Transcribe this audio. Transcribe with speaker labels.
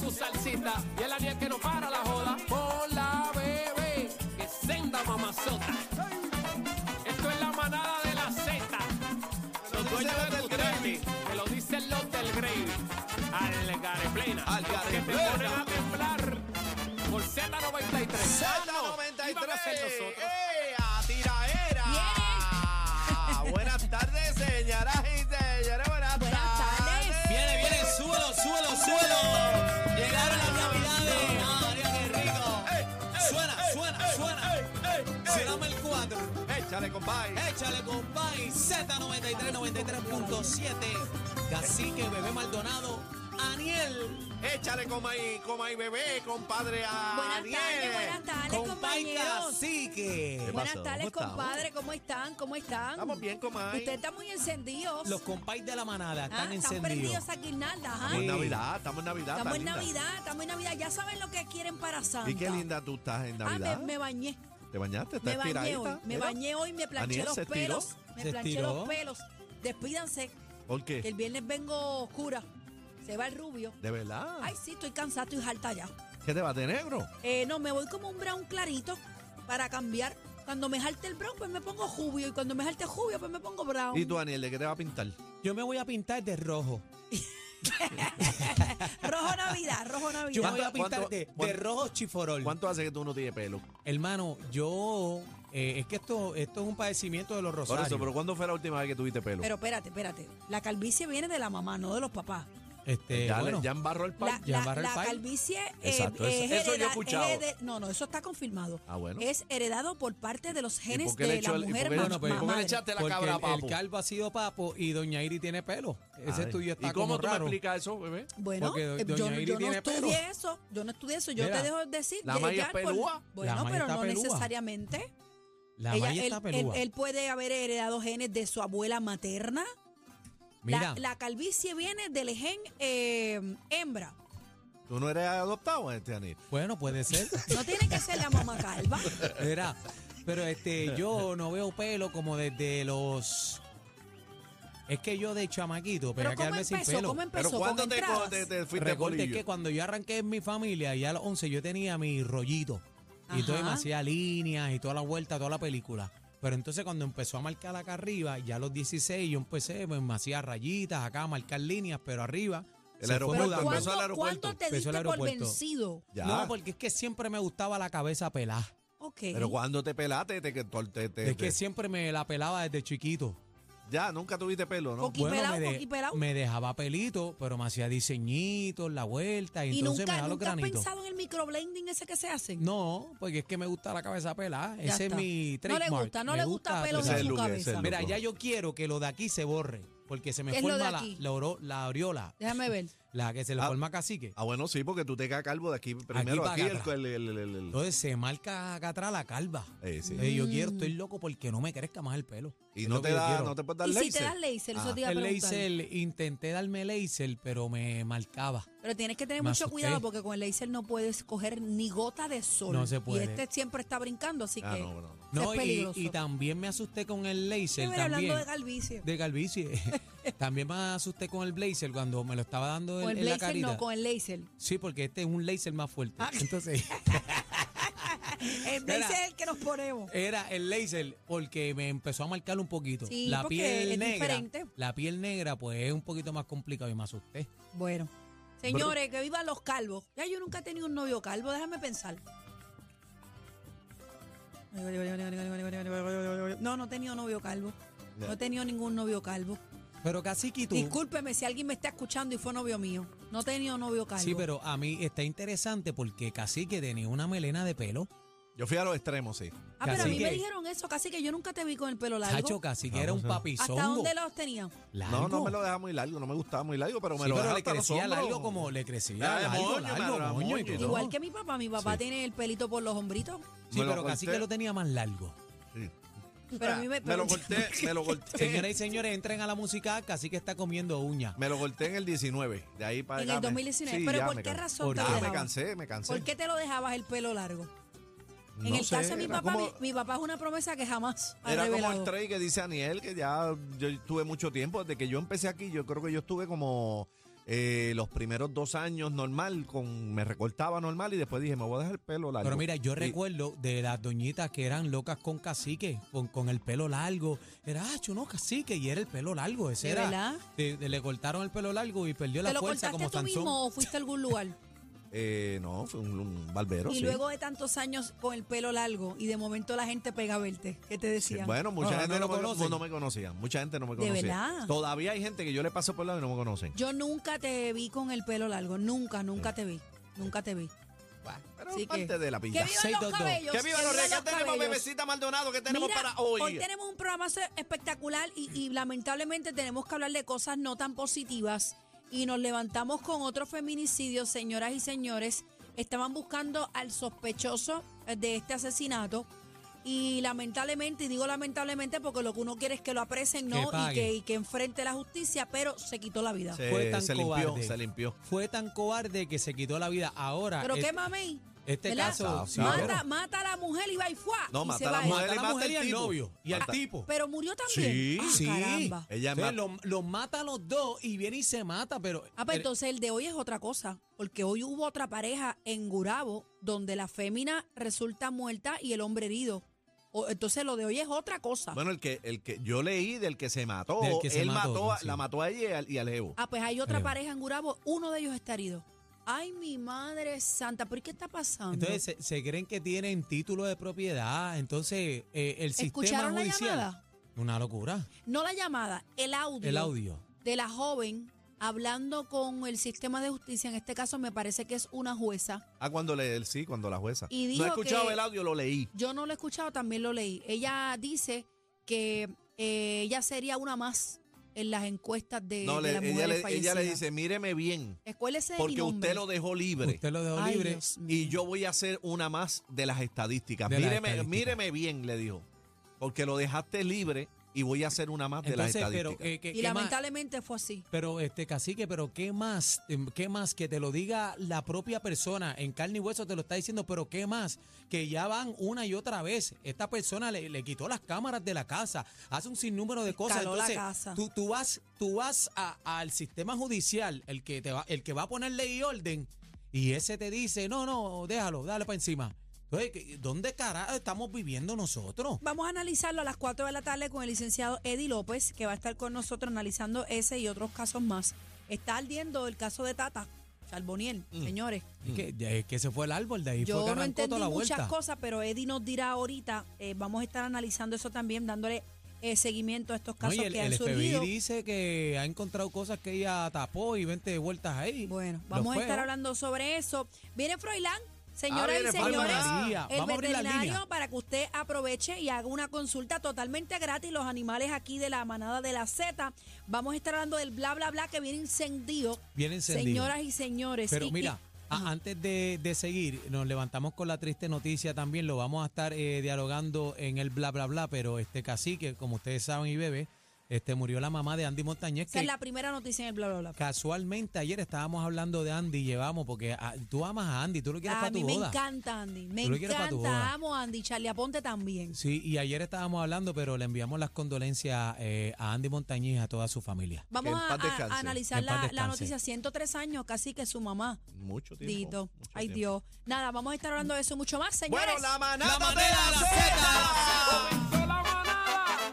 Speaker 1: bonita y es la 10 que no para la joda. Con la bebé, que senda mamazota. Esto es la manada de la Z. Los dueños del Gravy. Que lo dicen los del Gravy. Al Gareplena.
Speaker 2: Al
Speaker 1: Que te
Speaker 2: Gareplena.
Speaker 1: ponen a temblar por Z93. Iban a ser
Speaker 2: Z93.
Speaker 1: nosotros.
Speaker 2: ¡Eh! ¡A tiraera! Buenas tardes, señoras y señores. Buenas,
Speaker 3: Buenas tardes.
Speaker 4: Viene, viene, súbelo, súbelo, súbelo. Llegaron las navidades. Ah, María, qué rico.
Speaker 2: ¡Ey, ey,
Speaker 4: Suena,
Speaker 2: ey,
Speaker 4: suena,
Speaker 2: ey,
Speaker 4: suena.
Speaker 2: ey, ey, ey!
Speaker 4: Soname el 4.
Speaker 2: Échale, compadre.
Speaker 4: Échale, compay. Z93, 93.7. Cacique, bebé Maldonado. Aniel.
Speaker 2: Échale, coma y, coma y bebé, compadre. A
Speaker 3: Buenas tardes,
Speaker 2: Aniel.
Speaker 3: buenas tardes,
Speaker 4: Compay
Speaker 3: compañeros.
Speaker 4: Cacique.
Speaker 2: pasó?
Speaker 3: Buenas tardes,
Speaker 2: ¿Cómo estamos?
Speaker 3: compadre. ¿Cómo están? ¿Cómo están?
Speaker 2: Estamos bien, comay.
Speaker 3: Usted está muy encendidos.
Speaker 4: Los compay de la manada
Speaker 3: Ah, están
Speaker 4: están encendidos.
Speaker 3: prendidos a guirnaldas. ¿ah?
Speaker 2: Estamos en
Speaker 4: Sí.
Speaker 2: Navidad, estamos en Navidad.
Speaker 3: Estamos
Speaker 2: está
Speaker 3: en
Speaker 2: linda.
Speaker 3: Navidad, estamos en Navidad. Ya saben lo que quieren para Santa.
Speaker 2: Y qué linda tú estás en
Speaker 3: Ah,
Speaker 2: Navidad.
Speaker 3: me, me bañé.
Speaker 2: ¿Te bañaste? ¿Estás
Speaker 3: Me bañé
Speaker 2: estiradita?
Speaker 3: hoy. Me
Speaker 2: Mira.
Speaker 3: bañé hoy, me planché
Speaker 2: Aniel,
Speaker 3: los
Speaker 2: ¿se estiró?
Speaker 3: pelos. Me
Speaker 4: ¿Se
Speaker 3: planché
Speaker 4: estiró?
Speaker 3: los pelos. Despídanse,
Speaker 2: ¿Por qué?
Speaker 3: que el viernes vengo oscura. Se va el rubio.
Speaker 2: ¿De verdad?
Speaker 3: Ay, sí, estoy cansada, estoy harta ya.
Speaker 2: ¿Qué te va de negro?
Speaker 3: Eh, no, me voy como un brown clarito para cambiar. Cuando me jalte el brown, pues me pongo jubio. Y cuando me jalte jubio, pues me pongo brown.
Speaker 2: ¿Y tú, Daniel, de qué te va a pintar?
Speaker 4: Yo me voy a pintar de rojo.
Speaker 3: Rojo Navidad, rojo
Speaker 4: Yo me
Speaker 3: Navidad.
Speaker 4: voy a
Speaker 2: ¿Cuánto-
Speaker 4: pintar de,
Speaker 2: cuánto-
Speaker 4: de rojo chiforol.
Speaker 2: ¿Cuánto hace que tú no tienes pelo?
Speaker 4: Hermano, yo. eh, es que esto, esto es un padecimiento de los
Speaker 2: Por
Speaker 4: rosarios.
Speaker 2: eso, pero ¿cuándo fue la última vez que tuviste pelo?
Speaker 3: Pero espérate, espérate. La calvicie viene de la mamá, no de los papás.
Speaker 4: Este,
Speaker 2: Pues ya, le-
Speaker 4: bueno,
Speaker 2: ya embarró el
Speaker 3: La,
Speaker 2: pan.
Speaker 4: Ya
Speaker 3: la-
Speaker 4: barra el
Speaker 3: la
Speaker 4: pai.
Speaker 3: calvicie eh,
Speaker 2: Exacto, eso-
Speaker 3: es
Speaker 2: eso yo he
Speaker 3: hereda- es
Speaker 2: escuchado.
Speaker 3: herede- no, no, eso está confirmado.
Speaker 2: Ah, bueno.
Speaker 3: Es heredado por parte de los
Speaker 2: ¿Y
Speaker 3: genes
Speaker 2: por qué le
Speaker 3: de
Speaker 2: echó
Speaker 3: la
Speaker 2: el- y por
Speaker 3: mujer
Speaker 2: qué le-
Speaker 3: ma-
Speaker 4: Bueno, pues,
Speaker 3: ma-
Speaker 2: ¿Por qué le
Speaker 3: madre.
Speaker 2: echaste la
Speaker 4: porque
Speaker 2: cabra a
Speaker 4: el, el
Speaker 2: papo?
Speaker 4: calvo ha sido papo y doña Iri tiene pelo.
Speaker 2: Ay.
Speaker 4: Ese estudio está
Speaker 2: ¿Y cómo
Speaker 4: como
Speaker 2: tú
Speaker 4: raro.
Speaker 2: me explicas eso, bebé?
Speaker 3: Bueno,
Speaker 4: Porque do-
Speaker 3: eh, yo,
Speaker 4: doña
Speaker 3: no-
Speaker 4: Iris
Speaker 3: yo no
Speaker 4: tiene pelo.
Speaker 3: estudié eso, yo no estudié eso, yo
Speaker 4: Mira,
Speaker 3: te dejo decir.
Speaker 2: la
Speaker 3: que
Speaker 2: Maya
Speaker 3: ya
Speaker 2: es
Speaker 3: por-
Speaker 2: pelúa.
Speaker 4: La
Speaker 3: Bueno,
Speaker 4: Maya
Speaker 3: pero
Speaker 4: está
Speaker 3: no
Speaker 4: pelúa.
Speaker 3: necesariamente.
Speaker 4: La
Speaker 3: Ella-
Speaker 4: malla
Speaker 3: él,
Speaker 4: está
Speaker 3: él-
Speaker 4: pelúa.
Speaker 3: él puede haber heredado genes de su abuela materna.
Speaker 4: Mira,
Speaker 3: La, la calvicie viene del gen eh, hembra.
Speaker 2: ¿Tú no eres adoptado, este Daniel?
Speaker 4: bueno, puede ser.
Speaker 3: No tiene que ser la mamá calva.
Speaker 4: Mira, pero este, yo no veo pelo como desde los. Es que yo de chamaquito,
Speaker 3: Pero
Speaker 4: pero a
Speaker 3: ¿cómo
Speaker 4: quedarme sin
Speaker 3: empezó?
Speaker 4: pelo.
Speaker 3: ¿Cómo
Speaker 2: ¿Pero
Speaker 3: empezó? ¿Con
Speaker 2: cuándo te,
Speaker 3: entradas?
Speaker 2: te, te fuiste
Speaker 4: Recuerde es
Speaker 2: bolillo?
Speaker 4: que cuando yo arranqué en mi familia, ya a los 11, yo tenía mi rollito. Y entonces me
Speaker 3: Ajá.
Speaker 4: hacía líneas y toda la vuelta, toda la película. Pero entonces cuando empezó a marcar acá arriba, ya a los 16 yo empecé, pues, me hacía rayitas acá, a marcar líneas, pero arriba.
Speaker 2: El
Speaker 4: se fue
Speaker 2: aeropuerto,
Speaker 3: Pero
Speaker 4: mudando.
Speaker 2: cuando empezó
Speaker 3: ¿cuándo,
Speaker 2: al aeropuerto.
Speaker 3: cuándo te diste
Speaker 4: Empezó al
Speaker 3: por
Speaker 4: aeropuerto.
Speaker 3: vencido?
Speaker 2: Ya.
Speaker 4: No, porque es que siempre me gustaba la cabeza pelada.
Speaker 3: Ok.
Speaker 2: Pero cuando te pelaste, te, que te, te- te-
Speaker 4: Es que siempre me la pelaba desde chiquito.
Speaker 2: ya nunca tuviste pelo, ¿no?
Speaker 3: Coqui- pelao,
Speaker 4: me,
Speaker 3: coqui pelao.
Speaker 4: me dejaba pelito, pero me hacía diseñitos, la vuelta, y,
Speaker 3: y
Speaker 4: entonces me
Speaker 3: nunca,
Speaker 4: daba los
Speaker 3: nunca has
Speaker 4: granitos.
Speaker 3: pensado en el microblending ese que se hace.
Speaker 4: No, porque es que me gusta la cabeza pelada.
Speaker 3: Ya
Speaker 4: Ese
Speaker 3: está.
Speaker 4: es mi
Speaker 3: No le
Speaker 4: trademark.
Speaker 3: gusta, no
Speaker 4: Me
Speaker 3: le gusta pelo
Speaker 2: Ese es
Speaker 3: de
Speaker 2: el
Speaker 3: su
Speaker 2: look, ese es el
Speaker 3: cabeza.
Speaker 2: look.
Speaker 4: Mira, ya yo quiero que lo de aquí se borre, porque se
Speaker 3: ¿Qué
Speaker 4: me
Speaker 3: es lo de
Speaker 4: forma la,
Speaker 3: aquí?
Speaker 4: la oro- la aureola,
Speaker 3: Déjame ver.
Speaker 4: la que se le
Speaker 2: Ah.
Speaker 4: forma cacique.
Speaker 2: Ah, bueno, sí, porque tú te quedas calvo de aquí primero.
Speaker 4: para
Speaker 2: Aquí,
Speaker 4: acá.
Speaker 2: el... el- el- el- el-
Speaker 4: Entonces se marca acá atrás la calva.
Speaker 2: Eh, sí.
Speaker 4: Eh, yo
Speaker 3: Mm.
Speaker 4: quiero, estoy loco porque no me crezca más el pelo.
Speaker 2: Y
Speaker 4: Es
Speaker 2: no
Speaker 4: lo que
Speaker 2: te,
Speaker 4: yo
Speaker 2: da,
Speaker 4: quiero.
Speaker 2: no te puedes dar
Speaker 3: y si
Speaker 2: laser.
Speaker 3: te das laser, eso
Speaker 2: Ah,
Speaker 3: te iba a
Speaker 4: El
Speaker 3: preguntar.
Speaker 4: laser, intenté darme laser, pero me marcaba.
Speaker 3: Pero tienes que tener
Speaker 4: Me
Speaker 3: mucho
Speaker 4: asusté.
Speaker 3: cuidado porque con el laser no puedes coger ni gota de sol.
Speaker 4: No se puede.
Speaker 3: Y este siempre está brincando, así
Speaker 2: Ah,
Speaker 3: que
Speaker 2: no, no, no.
Speaker 3: Eso es
Speaker 4: No, y,
Speaker 3: peligroso.
Speaker 4: y también me asusté con el laser.
Speaker 3: Estoy
Speaker 4: También.
Speaker 3: hablando de calvicie.
Speaker 4: de calvicie. También me asusté con el blazer cuando me lo estaba dando
Speaker 3: con
Speaker 4: en,
Speaker 3: el
Speaker 4: en la
Speaker 3: blazer
Speaker 4: carita.
Speaker 3: no, con Ah. el laser.
Speaker 4: Sí, porque este es un laser más fuerte. Entonces,
Speaker 3: El blazer es el que nos ponemos.
Speaker 4: era el laser porque me empezó a marcar un poquito.
Speaker 3: Sí,
Speaker 4: la
Speaker 3: porque
Speaker 4: piel
Speaker 3: es
Speaker 4: negra.
Speaker 3: diferente.
Speaker 4: La piel negra, pues es un poquito más complicado y me asusté.
Speaker 3: Bueno. Señores, que vivan los calvos. Ya yo nunca he tenido un novio calvo, déjame pensar. No, no he tenido novio calvo. No he tenido ningún novio calvo.
Speaker 4: Pero casi tú.
Speaker 3: Discúlpeme si alguien me está escuchando y fue novio mío. No he tenido novio calvo.
Speaker 4: Sí, pero a mí está interesante porque casi que tenía una melena de pelo.
Speaker 2: Yo fui a los extremos, sí.
Speaker 3: Ah, pero a mí me
Speaker 4: Cacique.
Speaker 3: dijeron eso, casi que yo nunca te vi con el pelo largo.
Speaker 4: Chacho, casi que era un
Speaker 3: ¿Hasta
Speaker 4: papizongo.
Speaker 3: dónde los tenían?
Speaker 2: No, no
Speaker 4: Largo.
Speaker 2: me lo dejaba muy largo, no me gustaba muy largo, pero me
Speaker 4: Sí,
Speaker 2: lo
Speaker 4: pero
Speaker 2: dejaba
Speaker 4: le
Speaker 2: hasta los
Speaker 4: crecía
Speaker 2: hombros.
Speaker 4: largo como le crecía
Speaker 2: Ah, de
Speaker 4: largo,
Speaker 2: moño,
Speaker 4: largo,
Speaker 2: me da
Speaker 4: moño y
Speaker 2: moño y
Speaker 4: todo.
Speaker 2: todo.
Speaker 3: Igual que mi papá, mi papá
Speaker 2: Sí.
Speaker 3: tiene el pelito por los hombritos.
Speaker 4: Sí,
Speaker 2: Me lo
Speaker 4: pero casi
Speaker 2: corté.
Speaker 4: que lo tenía más largo.
Speaker 2: Sí.
Speaker 3: Pero a mí me,
Speaker 2: Ah, me lo corté, me lo
Speaker 4: Señoras
Speaker 2: corté.
Speaker 4: y señores, entren a la música, casi que está comiendo uña.
Speaker 2: Me lo corté en el 19, de ahí para
Speaker 3: En
Speaker 2: acá
Speaker 3: el
Speaker 2: me-
Speaker 3: 2019.
Speaker 2: sí,
Speaker 3: pero
Speaker 2: ya
Speaker 3: ¿por
Speaker 2: me
Speaker 3: qué
Speaker 2: cansé.
Speaker 3: razón te
Speaker 4: Porque
Speaker 3: lo
Speaker 2: Ah, me
Speaker 3: dejabas?
Speaker 2: cansé, me cansé.
Speaker 3: ¿Por qué te lo dejabas el pelo largo? en
Speaker 2: No
Speaker 3: el
Speaker 2: sé,
Speaker 3: caso de mi
Speaker 2: era
Speaker 3: papá,
Speaker 2: como-
Speaker 3: mi, mi papá es una promesa que jamás ha
Speaker 2: Era como el
Speaker 3: revelado.
Speaker 2: trade que dice Aniel, que ya yo tuve mucho tiempo. Desde que yo empecé aquí, yo creo que yo estuve como Eh, los primeros dos años normal, con me recortaba normal y después dije, me voy a dejar el pelo largo.
Speaker 4: Pero mira, yo
Speaker 2: Y-
Speaker 4: recuerdo de las doñitas que eran locas con cacique, con, con el pelo largo. Era, ah, chuno, cacique, y era el pelo largo. Ese
Speaker 3: ¿De
Speaker 4: era.
Speaker 3: verdad?
Speaker 4: Te- te- le cortaron el pelo largo y perdió
Speaker 3: ¿Te
Speaker 4: la
Speaker 3: lo
Speaker 4: fuerza
Speaker 3: cortaste
Speaker 4: como
Speaker 3: tú
Speaker 4: Sansón.
Speaker 3: mismo o fuiste a algún lugar?
Speaker 2: Eh, no, fue un, un barbero.
Speaker 3: y
Speaker 2: sí.
Speaker 3: luego de tantos años con el pelo largo y de momento la gente pega a verte. ¿Qué te
Speaker 2: Sí,
Speaker 3: decían?
Speaker 2: Bueno, mucha
Speaker 4: No, no
Speaker 2: gente no,
Speaker 4: lo
Speaker 2: me-
Speaker 4: conocen.
Speaker 2: no me conocía. Mucha gente no me
Speaker 3: ¿De
Speaker 2: conocía.
Speaker 3: verdad?
Speaker 2: Todavía hay gente que yo le paso por el lado y no me conocen.
Speaker 3: Yo nunca te vi con el pelo largo. Nunca, nunca te vi. Nunca te vi.
Speaker 2: Pero
Speaker 3: Así
Speaker 2: es parte
Speaker 3: que-
Speaker 2: de la
Speaker 3: ¡Que
Speaker 2: vida.
Speaker 3: vivan los
Speaker 4: 622.
Speaker 3: cabellos!
Speaker 2: Que viva los reyes. ¿Qué tenemos,
Speaker 3: cabellos!
Speaker 2: bebecita Maldonado? ¿Qué tenemos
Speaker 3: Mira,
Speaker 2: para hoy?
Speaker 3: tenemos un programa se- espectacular y, y lamentablemente tenemos que hablar de cosas no tan positivas. Y nos levantamos con otro feminicidio, señoras y señores. Estaban buscando al sospechoso eh, de este asesinato. Y lamentablemente, y digo lamentablemente porque lo que uno quiere es que lo apresen,
Speaker 4: Que
Speaker 3: ¿no? y,
Speaker 4: pague.
Speaker 3: que, y que enfrente la justicia, pero se quitó la vida.
Speaker 2: Se,
Speaker 4: Fue tan
Speaker 2: Eh, se limpió,
Speaker 4: cobarde.
Speaker 2: se limpió.
Speaker 4: Fue tan cobarde que se quitó la vida. Ahora,
Speaker 2: Ah,
Speaker 3: Pero
Speaker 4: es-
Speaker 3: qué mami.
Speaker 4: este
Speaker 3: ¿verdad?
Speaker 4: caso. sí,
Speaker 2: Mata-
Speaker 4: pero-
Speaker 3: mata, mata a la mujer y va y fuá.
Speaker 2: No,
Speaker 3: y
Speaker 2: mata
Speaker 3: se
Speaker 2: a la
Speaker 3: va él.
Speaker 2: mujer.
Speaker 4: mata a la
Speaker 2: mata
Speaker 4: mujer
Speaker 2: el
Speaker 4: y al
Speaker 2: tipo.
Speaker 4: novio. Y al
Speaker 2: Mata-
Speaker 4: tipo.
Speaker 3: Pero murió también.
Speaker 2: Sí,
Speaker 3: Ah,
Speaker 4: sí.
Speaker 3: caramba.
Speaker 2: Ella
Speaker 4: Entonces,
Speaker 2: mata-
Speaker 4: lo- los mata a los dos y viene y se mata, pero.
Speaker 3: Ah, pues entonces el de hoy es otra cosa, porque hoy hubo otra pareja en Gurabo donde la fémina resulta muerta y el hombre herido. O- entonces lo de hoy es otra cosa.
Speaker 2: Bueno, el que, el que yo leí del que se mató,
Speaker 4: Del que se
Speaker 2: él mató,
Speaker 4: mató,
Speaker 2: a-
Speaker 4: sí.
Speaker 2: la mató a ella y al, y al jevo.
Speaker 3: ah, pues hay otra
Speaker 4: Creo.
Speaker 3: pareja en Gurabo, uno de ellos está herido. Ay, mi madre santa, ¿por qué está pasando?
Speaker 4: Entonces se, se creen que tienen título de propiedad, entonces eh, el sistema
Speaker 3: ¿Escucharon la
Speaker 4: judicial.
Speaker 3: llamada?
Speaker 4: Una locura.
Speaker 3: No la llamada, el audio,
Speaker 4: El audio.
Speaker 3: de la joven hablando con el sistema de justicia, en este caso me parece que es una jueza.
Speaker 2: Ah, cuando le, sí, cuando la jueza.
Speaker 3: Y
Speaker 2: no
Speaker 3: dijo
Speaker 2: he escuchado
Speaker 3: que-
Speaker 2: el audio, lo leí.
Speaker 3: Yo no lo he escuchado, también lo leí. Ella dice que eh, ella sería una más en las encuestas de,
Speaker 2: No,
Speaker 3: de
Speaker 2: le-
Speaker 3: las
Speaker 2: ella,
Speaker 3: mujeres
Speaker 2: le, ella le
Speaker 3: fallecidas.
Speaker 2: dice, míreme bien,
Speaker 3: Escuélese de mi
Speaker 2: porque
Speaker 3: nombre.
Speaker 2: usted lo dejó libre.
Speaker 4: Usted lo dejó
Speaker 3: Ay,
Speaker 4: libre.
Speaker 3: Dios mío.
Speaker 2: Y yo voy a hacer una más de las estadísticas.
Speaker 4: De las
Speaker 2: míreme,
Speaker 4: estadísticas.
Speaker 2: míreme bien, le dijo. Porque lo dejaste libre y voy a hacer una más de
Speaker 4: Entonces,
Speaker 2: las
Speaker 4: pero,
Speaker 2: estadísticas.
Speaker 4: eh, ¿qué-
Speaker 3: Y
Speaker 4: qué más?
Speaker 3: lamentablemente fue así.
Speaker 4: Pero este cacique, pero qué más, Em, qué más que te lo diga la propia persona en carne y hueso te lo está diciendo, pero qué más que ya van una y otra vez. Esta persona le, le quitó las cámaras de la casa, hace un sinnúmero de cosas.
Speaker 3: Escaló la
Speaker 4: Entonces,
Speaker 3: casa.
Speaker 4: tú tú vas, tú vas a- al sistema judicial, el que te va, el que va a poner ley y orden, y ese te dice, no, no, déjalo, dale para encima. Entonces, ¿qué- ¿dónde carajo estamos viviendo nosotros?
Speaker 3: Vamos a analizarlo a las 4 de la tarde con el licenciado Eddie López, que va a estar con nosotros analizando ese y otros casos más. Está ardiendo el caso de Tata Charboniel,
Speaker 2: Mm.
Speaker 3: señores.
Speaker 4: Es que, es que se fue el árbol de ahí, fue que
Speaker 3: Mm. Yo no
Speaker 4: arrancó
Speaker 3: entendí
Speaker 4: toda la
Speaker 3: muchas
Speaker 4: vuelta.
Speaker 3: cosas, pero Eddie nos dirá ahorita, eh, vamos a estar analizando eso también, dándole eh, seguimiento a estos
Speaker 4: No,
Speaker 3: casos
Speaker 4: y el,
Speaker 3: que han
Speaker 4: el FBI
Speaker 3: surgido.
Speaker 4: dice que ha encontrado cosas que ella tapó y 20 vueltas ahí.
Speaker 3: Bueno,
Speaker 4: Los
Speaker 3: vamos a estar
Speaker 4: feos.
Speaker 3: hablando sobre eso. Viene Froilán, señoras
Speaker 2: Ah, viene
Speaker 3: y señores,
Speaker 4: Froilán. María,
Speaker 3: el
Speaker 4: vamos a abrir la
Speaker 3: veterinario
Speaker 4: línea.
Speaker 3: para que usted aproveche y haga una consulta totalmente gratis. Los animales aquí de la manada de la Z. Vamos a estar hablando del bla bla bla que viene encendido,
Speaker 4: Bien encendido.
Speaker 3: señoras y señores.
Speaker 4: Pero
Speaker 3: Y-
Speaker 4: mira, a- antes de, de seguir, nos levantamos con la triste noticia también. Lo vamos a estar eh, dialogando en el bla, bla, bla. Pero este cacique, como ustedes saben y bebé, este, murió la mamá de Andy
Speaker 3: y
Speaker 4: Montañez.
Speaker 3: esa
Speaker 4: Que
Speaker 3: es la primera noticia en el bla bla bla.
Speaker 4: casualmente ayer estábamos hablando de Andy. Llevamos, porque ah, tú amas a Andy, tú lo quieres
Speaker 3: A
Speaker 4: para tu
Speaker 3: mí me
Speaker 4: boda.
Speaker 3: encanta Andy, me
Speaker 4: Tú lo quieres para tu
Speaker 3: encanta,
Speaker 4: boda.
Speaker 3: amo a Andy, Charlie Aponte también.
Speaker 4: Sí, y ayer estábamos hablando, pero le enviamos las condolencias eh, a Andy Montañez y a toda su familia.
Speaker 3: Vamos
Speaker 2: en
Speaker 3: a,
Speaker 2: paz
Speaker 3: a- a
Speaker 2: descanse.
Speaker 3: analizar
Speaker 4: En paz
Speaker 3: la, la
Speaker 4: descanse.
Speaker 3: noticia, 103 años casi que su mamá.
Speaker 2: Mucho tiempo.
Speaker 3: Dito,
Speaker 2: mucho
Speaker 3: ay
Speaker 2: tiempo.
Speaker 3: Dios. Nada, vamos a estar hablando de eso mucho más, señores.
Speaker 2: Bueno, la manada,
Speaker 4: manada
Speaker 2: de la
Speaker 4: de la
Speaker 2: Zeta.